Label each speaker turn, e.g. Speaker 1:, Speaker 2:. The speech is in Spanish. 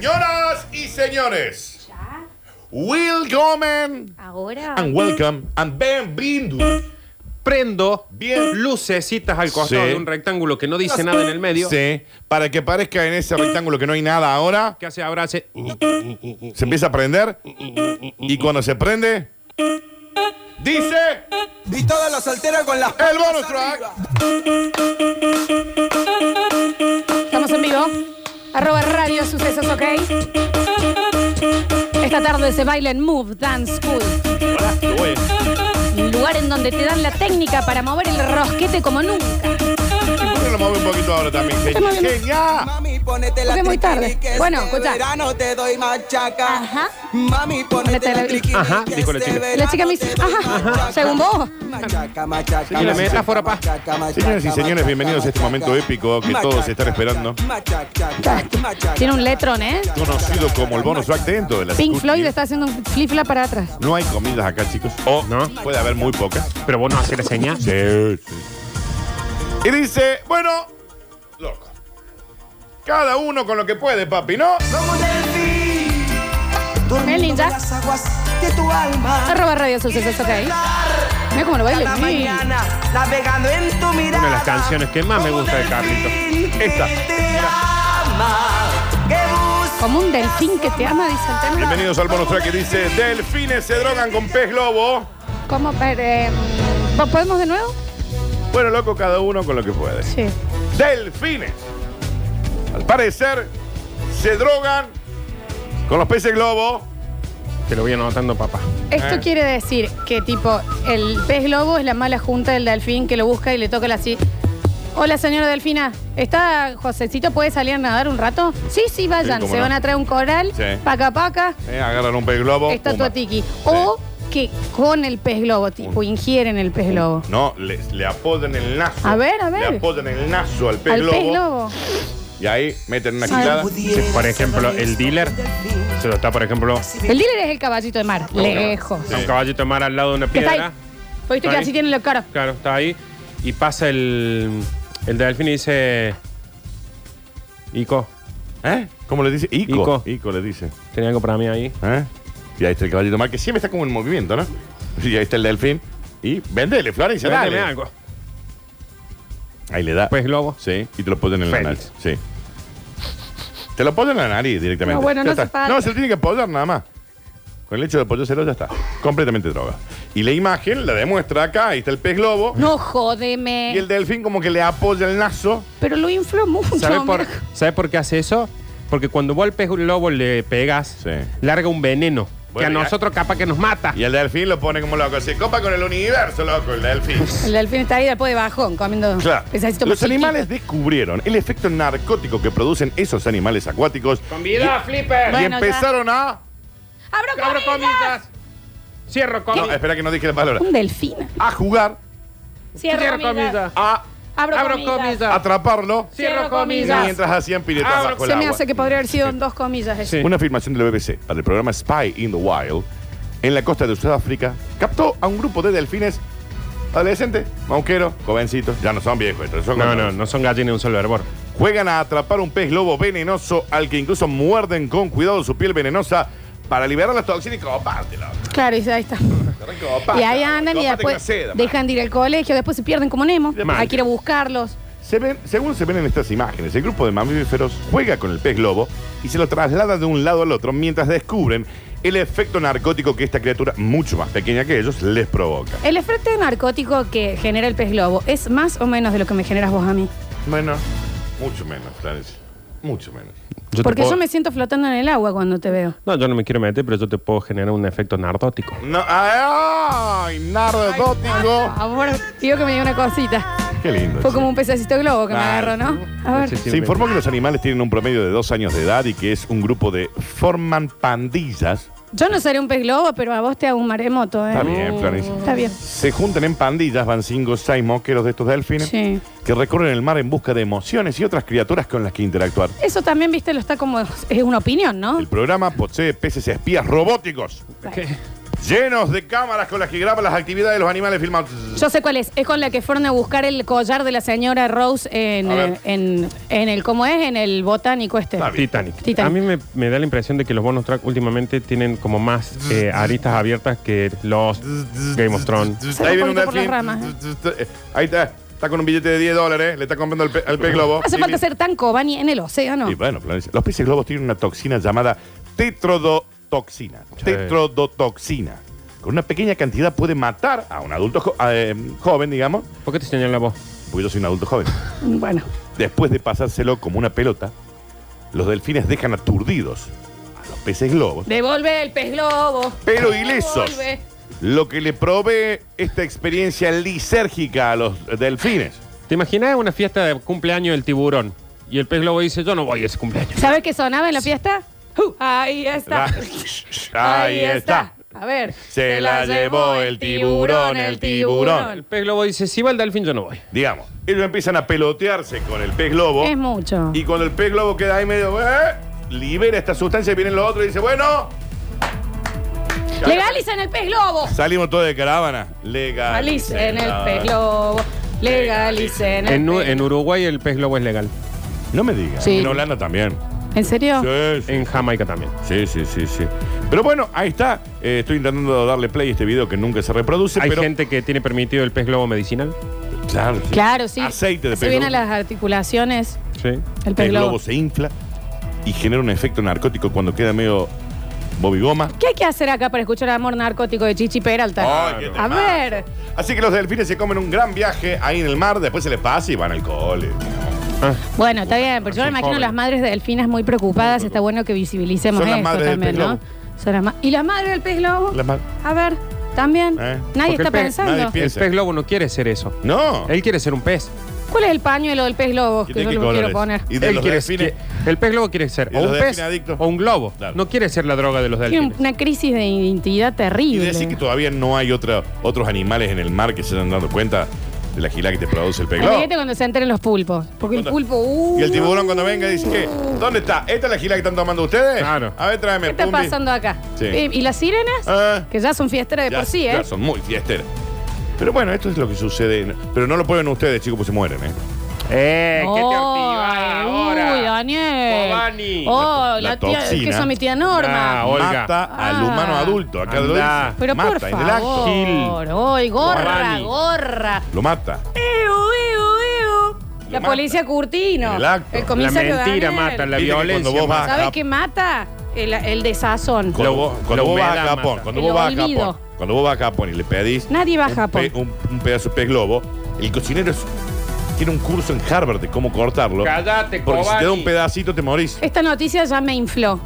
Speaker 1: Señoras y señores, Will Gomen
Speaker 2: Ahora.
Speaker 1: and welcome and bienvenidos.
Speaker 3: Prendo
Speaker 1: Bien.
Speaker 3: lucecitas al costado
Speaker 1: Sí.
Speaker 3: de un rectángulo que no dice nada en el medio.
Speaker 1: Sí, para que parezca en ese rectángulo que no hay nada ahora,
Speaker 3: Que hace ahora hace.
Speaker 1: se empieza a prender y cuando se prende, dice
Speaker 4: Y todas las solteras con las
Speaker 1: el bonus track.
Speaker 2: Estamos en vivo. Arroba Radio Sucesos, ¿ok? Esta tarde se baila en Move Dance School. Un lugar en donde te dan la técnica para mover el rosquete como nunca.
Speaker 1: ¿Y por qué no lo mueve un poquito ahora también? ¡Genial!
Speaker 4: Mami, ponete
Speaker 2: Porque
Speaker 4: la
Speaker 2: es muy tarde.
Speaker 4: triquini que
Speaker 2: Bueno,
Speaker 4: este
Speaker 2: escucha.
Speaker 4: verano te doy machaca.
Speaker 2: Ajá.
Speaker 4: Mami,
Speaker 2: Ponete
Speaker 4: ponete
Speaker 2: la-
Speaker 4: la triquini
Speaker 3: Ajá,
Speaker 4: que
Speaker 3: dijo la
Speaker 4: este
Speaker 3: chica.
Speaker 4: verano
Speaker 2: La chica me dice,
Speaker 4: te doy
Speaker 2: ajá,
Speaker 4: machaca.
Speaker 2: según vos.
Speaker 4: Machaca, machaca,
Speaker 3: Sigue la
Speaker 4: machaca,
Speaker 3: metáfora, pa.
Speaker 4: machaca, machaca,
Speaker 1: Señoras y señores,
Speaker 4: machaca,
Speaker 1: bienvenidos a este
Speaker 4: machaca.
Speaker 1: momento épico que todos están esperando.
Speaker 4: machaca, machaca.
Speaker 2: Tiene un letrón, ¿eh?
Speaker 1: Conocido como el bonus track dentro de la
Speaker 2: Pink
Speaker 1: Scoot
Speaker 2: Floyd
Speaker 1: News.
Speaker 2: está haciendo un flip-flap para atrás.
Speaker 1: No hay comidas acá, chicos. O
Speaker 3: No.
Speaker 1: puede haber muy pocas.
Speaker 3: Pero vos no haces la señal.
Speaker 1: Sí, sí. Y dice, bueno, loco. Cada uno con lo que puede, papi, ¿no?
Speaker 4: Como un delfín, durmiendo
Speaker 2: El ninja.
Speaker 4: en las aguas de tu alma.
Speaker 2: Arroba Radio Sucesos, ¿ok? Mira cómo lo baila.
Speaker 4: la
Speaker 2: Sí.
Speaker 4: mañana, navegando en tu mirada.
Speaker 3: Una de las canciones que más me gusta de Carlitos.
Speaker 1: Esta.
Speaker 2: Como un delfín que te ama, dice el tema.
Speaker 1: Bienvenidos al bonus track que dice, delfines se drogan con pez globo.
Speaker 2: ¿Cómo? Pero, eh, ¿vos ¿Podemos de nuevo?
Speaker 1: Bueno, loco, cada uno con lo que puede.
Speaker 2: Sí.
Speaker 1: Delfines, al parecer, se drogan con los peces globo.
Speaker 3: Te lo voy anotando, papá.
Speaker 2: Esto
Speaker 1: Eh.
Speaker 2: quiere decir que tipo el pez globo es la mala junta del delfín que lo busca y le toca la así. Hola señora delfina, ¿está Josecito? ¿Puede salir a nadar un rato? Sí, sí, vayan,
Speaker 1: Sí, cómo
Speaker 2: se
Speaker 1: no.
Speaker 2: van a traer un coral,
Speaker 1: Sí.
Speaker 2: paca paca,
Speaker 1: Eh, agarran un pez globo.
Speaker 2: está
Speaker 1: pumba.
Speaker 2: tu tiki. O que con el pez globo, tipo, ingieren el pez globo.
Speaker 1: No, le, le apodan el nazo.
Speaker 2: A ver, a
Speaker 1: Le
Speaker 2: ver.
Speaker 1: apodan el nazo al pez,
Speaker 2: Al
Speaker 1: globo,
Speaker 2: pez globo.
Speaker 1: Y ahí meten una
Speaker 2: Sí.
Speaker 1: quilada.
Speaker 3: Sí, por ejemplo, el dealer se lo está, por ejemplo,
Speaker 2: El dealer es el caballito de mar, lejos.
Speaker 1: Sí.
Speaker 3: a un caballito de mar al lado de una
Speaker 2: Que está ahí.
Speaker 3: piedra.
Speaker 2: Viste que
Speaker 3: Ahí.
Speaker 2: así tienen la cara.
Speaker 3: Claro, está ahí. Y pasa el, el delfín y dice. Ico,
Speaker 1: ¿Eh? ¿Cómo le dice? Ico. Ico,
Speaker 3: Ico.
Speaker 1: le dice.
Speaker 3: tenía algo para mí ahí.
Speaker 1: ¿Eh? Y ahí está el caballito mar, que siempre está como en movimiento, ¿no? Y ahí está el delfín. Y véndele, Florencia,
Speaker 3: Véndeme
Speaker 1: dale.
Speaker 3: algo.
Speaker 1: Ahí le da.
Speaker 3: Pues globo.
Speaker 1: sí, y te lo ponen en la nariz.
Speaker 3: Félix.
Speaker 1: Sí. Te lo ponen en la nariz directamente.
Speaker 2: No, bueno,
Speaker 1: Ya
Speaker 2: no
Speaker 1: está.
Speaker 2: hace falta.
Speaker 1: No, se lo tiene que apoyar nada más. Con el hecho de apoyárselo ya está. Completamente droga. Y la imagen la demuestra acá. Ahí está el pez globo.
Speaker 2: No
Speaker 1: Y el
Speaker 2: jodeme.
Speaker 1: delfín como que le apoya el nazo.
Speaker 2: Pero lo infló mucho.
Speaker 3: ¿Sabes por,
Speaker 2: mira.
Speaker 3: ¿sabe por qué hace eso? Porque cuando vos al pez globo le pegas,
Speaker 1: Sí.
Speaker 3: larga un veneno.
Speaker 1: Bueno,
Speaker 3: que
Speaker 1: ya-
Speaker 3: a nosotros capaz que nos mata.
Speaker 1: Y el delfín lo pone como loco. Se copa con el universo, loco, el delfín.
Speaker 2: El delfín está ahí después de bajón, comiendo
Speaker 1: Claro.
Speaker 2: pececito
Speaker 1: Los
Speaker 2: chiquito.
Speaker 1: animales descubrieron el efecto narcótico que producen esos animales acuáticos
Speaker 3: ¡Con vida, flipper!
Speaker 1: y
Speaker 2: Bueno,
Speaker 1: empezaron a.
Speaker 2: ¡Abro
Speaker 3: ¡Abro
Speaker 2: comillas!
Speaker 3: comillas! ¡Cierro
Speaker 1: No,
Speaker 3: comillas!
Speaker 1: espera que no dije la palabra.
Speaker 2: Un delfín.
Speaker 1: A jugar,
Speaker 2: Cierro comillas.
Speaker 1: a
Speaker 2: Abro,
Speaker 3: ¡Abro
Speaker 2: comillas.
Speaker 3: comillas!
Speaker 1: atraparlo
Speaker 2: Cierro
Speaker 3: ¡Cierro
Speaker 2: comillas.
Speaker 3: comillas!
Speaker 1: mientras hacían piletas
Speaker 3: Abro-
Speaker 1: bajo el
Speaker 2: Ah, Se me
Speaker 1: agua.
Speaker 2: hace que podría haber sido en dos comillas. eso.
Speaker 3: Sí.
Speaker 1: Una afirmación del BBC para el programa Spy in the Wild en la costa de Sudáfrica captó a un grupo de delfines adolescentes, mauqueros, jovencitos. Ya no son viejos, estos son
Speaker 3: No, no,
Speaker 1: jóvenes.
Speaker 3: no son gallinas de un solo hervor.
Speaker 1: Juegan a atrapar un pez globo venenoso al que incluso muerden con cuidado su piel venenosa para liberar las toxinas y copártelo.
Speaker 2: Claro, y ahí está.
Speaker 1: Recopátelo,
Speaker 2: y ahí andan y
Speaker 1: recopate con
Speaker 2: después
Speaker 1: la seda, man.
Speaker 2: dejan de ir al colegio, después se pierden como Nemo.
Speaker 1: Mal.
Speaker 2: Hay que ir a buscarlos.
Speaker 1: Se ven- según se ven en estas imágenes, el grupo de mamíferos juega con el pez globo y se lo traslada de un lado al otro mientras descubren el efecto narcótico que esta criatura, mucho más pequeña que ellos, les provoca.
Speaker 2: El efecto narcótico que genera el pez globo es más o menos de lo que me generas vos a mí.
Speaker 1: Bueno, mucho menos, Florencia. Mucho menos.
Speaker 3: Yo te
Speaker 2: Porque
Speaker 3: puedo-
Speaker 2: yo me siento flotando en el agua cuando te veo.
Speaker 3: No, yo no me quiero meter, pero yo te puedo generar un efecto narcótico.
Speaker 1: No, ¡Ay! ¡Narcótico!
Speaker 2: Por favor, digo que me dio una cosita.
Speaker 1: ¡Qué lindo!
Speaker 2: Fue
Speaker 1: che.
Speaker 2: como un pececito globo que me
Speaker 1: Ah,
Speaker 2: agarró, ¿no? A ver.
Speaker 1: Se informó que los animales tienen un promedio de dos años de edad y que es un grupo de forman pandillas.
Speaker 2: Yo no seré un pez globo, pero a vos te hago un maremoto, ¿eh?
Speaker 1: Está bien, Florencia.
Speaker 2: Está bien.
Speaker 1: Se juntan en pandillas, van cinco o seis mosqueros de estos delfines
Speaker 2: Sí.
Speaker 1: que recorren el mar en busca de emociones y otras criaturas con las que interactuar.
Speaker 2: Eso también, viste, lo está como. Es una opinión, ¿no?
Speaker 1: El programa posee peces espías robóticos.
Speaker 2: Bueno.
Speaker 1: llenos de cámaras con las que graban las actividades de los animales filmados.
Speaker 2: Yo sé cuál es. Es con la que fueron a buscar el collar de la señora Rose en,
Speaker 1: A ver.
Speaker 2: eh, en, en el, ¿cómo es? En el botánico este.
Speaker 1: Está bien.
Speaker 3: Titanic.
Speaker 2: Titanic.
Speaker 3: A mí me, me da la impresión de que los bonus track últimamente tienen como más eh, aristas abiertas que los Game of Thrones.
Speaker 2: Sale un poquito por las ramas, ¿eh?
Speaker 1: Ahí está. Está con un billete de 10 dólares. ¿eh? Le está comprando al pe- al pez globo.
Speaker 2: Hace
Speaker 1: Y
Speaker 2: falta
Speaker 1: li-
Speaker 2: ser tan cobani en el océano.
Speaker 1: Y bueno, Florencia, los peces globos tienen una toxina llamada tetrodotoxina.
Speaker 3: Sí.
Speaker 1: Tetrodotoxina. Con una pequeña cantidad puede matar a un adulto jo- eh, joven, digamos.
Speaker 3: ¿Por qué te señala la voz?
Speaker 1: Porque yo soy un adulto joven.
Speaker 2: Bueno,
Speaker 1: Después de pasárselo como una pelota, los delfines dejan aturdidos a los peces globos,
Speaker 2: devuelve el pez globo.
Speaker 1: pero
Speaker 2: Devuelve.
Speaker 1: ilesos. Lo que le provee esta experiencia lisérgica a los delfines.
Speaker 3: ¿Te imaginas una fiesta de cumpleaños del tiburón? Y el pez globo dice, yo no voy a ese cumpleaños.
Speaker 2: ¿Sabes qué sonaba en la fiesta? Uh, ahí está.
Speaker 1: Ahí está.
Speaker 2: A ver.
Speaker 1: Se la llevó el tiburón, el tiburón.
Speaker 3: El pez globo dice, si va el delfín, yo no voy.
Speaker 1: Digamos, ellos empiezan a pelotearse con el pez globo.
Speaker 2: Es mucho.
Speaker 1: Y cuando el pez globo queda ahí medio, "Eh", libera esta sustancia y vienen los otros y dice, bueno,
Speaker 2: Legalicen el pez globo.
Speaker 1: salimos todos de caravana. Legalicen, ah.
Speaker 2: Legalicen el
Speaker 1: la-
Speaker 2: pez globo. Legalicen el
Speaker 3: En, U-
Speaker 2: pez-
Speaker 3: en Uruguay el pez globo es legal.
Speaker 1: No me digas.
Speaker 2: Sí.
Speaker 1: En Holanda también.
Speaker 2: ¿En serio?
Speaker 1: Sí, sí.
Speaker 3: En Jamaica también.
Speaker 1: Sí, sí, sí, sí. Pero bueno, ahí está. Eh, estoy intentando darle play a este video que nunca se reproduce,
Speaker 3: Hay
Speaker 1: pero.
Speaker 3: gente que tiene permitido el pez globo medicinal.
Speaker 1: Claro, sí.
Speaker 2: Claro, sí.
Speaker 1: Aceite de
Speaker 2: Se
Speaker 1: pez
Speaker 2: vienen
Speaker 1: globo.
Speaker 2: las articulaciones.
Speaker 3: Sí.
Speaker 2: El
Speaker 1: El
Speaker 2: pez globo.
Speaker 1: se infla y genera un efecto narcótico cuando queda medio bobigoma.
Speaker 2: ¿Qué hay que hacer acá para escuchar amor narcótico de Chichi Peralta?
Speaker 1: Ay, qué
Speaker 2: A
Speaker 1: temazo.
Speaker 2: ver.
Speaker 1: Así que los delfines se comen un gran viaje ahí en el mar, después se les pasa y van al cole.
Speaker 3: Ah,
Speaker 2: Bueno, está bien, pero yo me
Speaker 3: son
Speaker 2: imagino
Speaker 3: jóvenes.
Speaker 2: las madres de delfinas muy preocupadas. Está bueno que visibilicemos
Speaker 1: Son las
Speaker 2: esto
Speaker 1: madres del
Speaker 2: también,
Speaker 1: pez
Speaker 2: ¿no?
Speaker 1: globo.
Speaker 2: Son las ma- ¿Y las madres del pez globo?
Speaker 1: Las ma-
Speaker 2: A ver, también.
Speaker 1: Eh.
Speaker 2: Nadie
Speaker 3: Porque
Speaker 2: está
Speaker 3: el pez-
Speaker 2: pensando.
Speaker 1: nadie pi-
Speaker 3: el
Speaker 1: Piensa.
Speaker 3: pez globo no quiere ser eso.
Speaker 1: No.
Speaker 3: Él quiere ser un pez.
Speaker 2: ¿Cuál es el pañuelo del pez globo
Speaker 1: ¿Y
Speaker 2: que
Speaker 1: de
Speaker 2: yo
Speaker 1: qué
Speaker 2: lo
Speaker 1: colores?
Speaker 2: quiero poner?
Speaker 1: ¿Y de
Speaker 3: Él
Speaker 1: los
Speaker 3: quiere-
Speaker 1: delfines?
Speaker 3: que- el pez globo quiere ser
Speaker 1: ¿Y de
Speaker 3: o
Speaker 1: los
Speaker 3: un
Speaker 1: delfines
Speaker 3: pez
Speaker 1: adictos?
Speaker 3: o un globo.
Speaker 1: Claro.
Speaker 3: No quiere ser la droga de los
Speaker 2: Tiene
Speaker 3: delfines.
Speaker 2: una crisis de identidad
Speaker 1: Y
Speaker 2: terrible.
Speaker 1: decir que todavía no hay otra, otros animales en el mar que se hayan dado cuenta de la gila que te produce el pez globo.
Speaker 2: Imagínate cuando se enteren los pulpos. Porque el
Speaker 1: Cuando-
Speaker 2: pulpo. uh,
Speaker 1: Y el tiburón cuando venga dice que, ¿dónde está? ¿Esta es la gila que están tomando ustedes?
Speaker 3: Claro.
Speaker 1: A ver, tráeme.
Speaker 2: ¿Qué está
Speaker 1: Pumbi.
Speaker 2: pasando acá?
Speaker 1: Sí.
Speaker 2: Eh, ¿Y las sirenas?
Speaker 1: Ah.
Speaker 2: Que ya son fiesteras de
Speaker 1: Ya-
Speaker 2: por sí, ¿eh?
Speaker 1: Ya son muy fiesteras. Pero bueno, esto es lo que sucede. Pero no lo pueden ustedes, chicos, pues se mueren, ¿eh?
Speaker 3: ¡Eh! ¡Qué te
Speaker 2: Ay,
Speaker 3: activa ahora!
Speaker 2: Uy, Daniel.
Speaker 3: Giovanni.
Speaker 2: Oh,
Speaker 1: La-
Speaker 2: la,
Speaker 1: la
Speaker 2: tía,
Speaker 1: toxina.
Speaker 2: que es mi tía Norma.
Speaker 3: Ah, Olga.
Speaker 1: Mata al
Speaker 2: Ah.
Speaker 1: humano adulto. Acá lo
Speaker 3: Andá.
Speaker 1: dice.
Speaker 2: Pero
Speaker 1: Mata
Speaker 2: por
Speaker 1: en el acto.
Speaker 2: favor.
Speaker 3: Gil.
Speaker 2: Ay, gorra,
Speaker 3: Giovanni.
Speaker 2: gorra.
Speaker 1: Lo mata.
Speaker 2: Iu, iu, iu. La
Speaker 1: Lo
Speaker 2: policía
Speaker 1: mata.
Speaker 2: Curtino.
Speaker 1: En el acto.
Speaker 3: La
Speaker 2: comisario
Speaker 3: mentira
Speaker 2: Daniel.
Speaker 3: mata,
Speaker 1: Viste
Speaker 3: la
Speaker 1: que
Speaker 3: violencia
Speaker 1: cuando vos vas-
Speaker 3: mata.
Speaker 2: ¿Sabes
Speaker 1: Ah.
Speaker 2: qué mata? El, el desazón.
Speaker 1: Cuando,
Speaker 3: Lo-
Speaker 1: vos- cuando
Speaker 3: lo
Speaker 1: vos vas a
Speaker 3: humedad
Speaker 1: Japón,
Speaker 3: mata.
Speaker 1: cuando
Speaker 2: El
Speaker 1: vos vas a
Speaker 2: olvido.
Speaker 1: Japón, cuando vos vas a Japón y le pedís
Speaker 2: Nadie va a
Speaker 1: un,
Speaker 2: Japón.
Speaker 1: pe- un- un pedazo de pez globo, el cocinero es- tiene un curso en Harvard de cómo cortarlo.
Speaker 3: Cállate,
Speaker 1: Porque si te da
Speaker 3: Cobani.
Speaker 1: un pedacito te morís.
Speaker 2: Esta noticia ya me infló.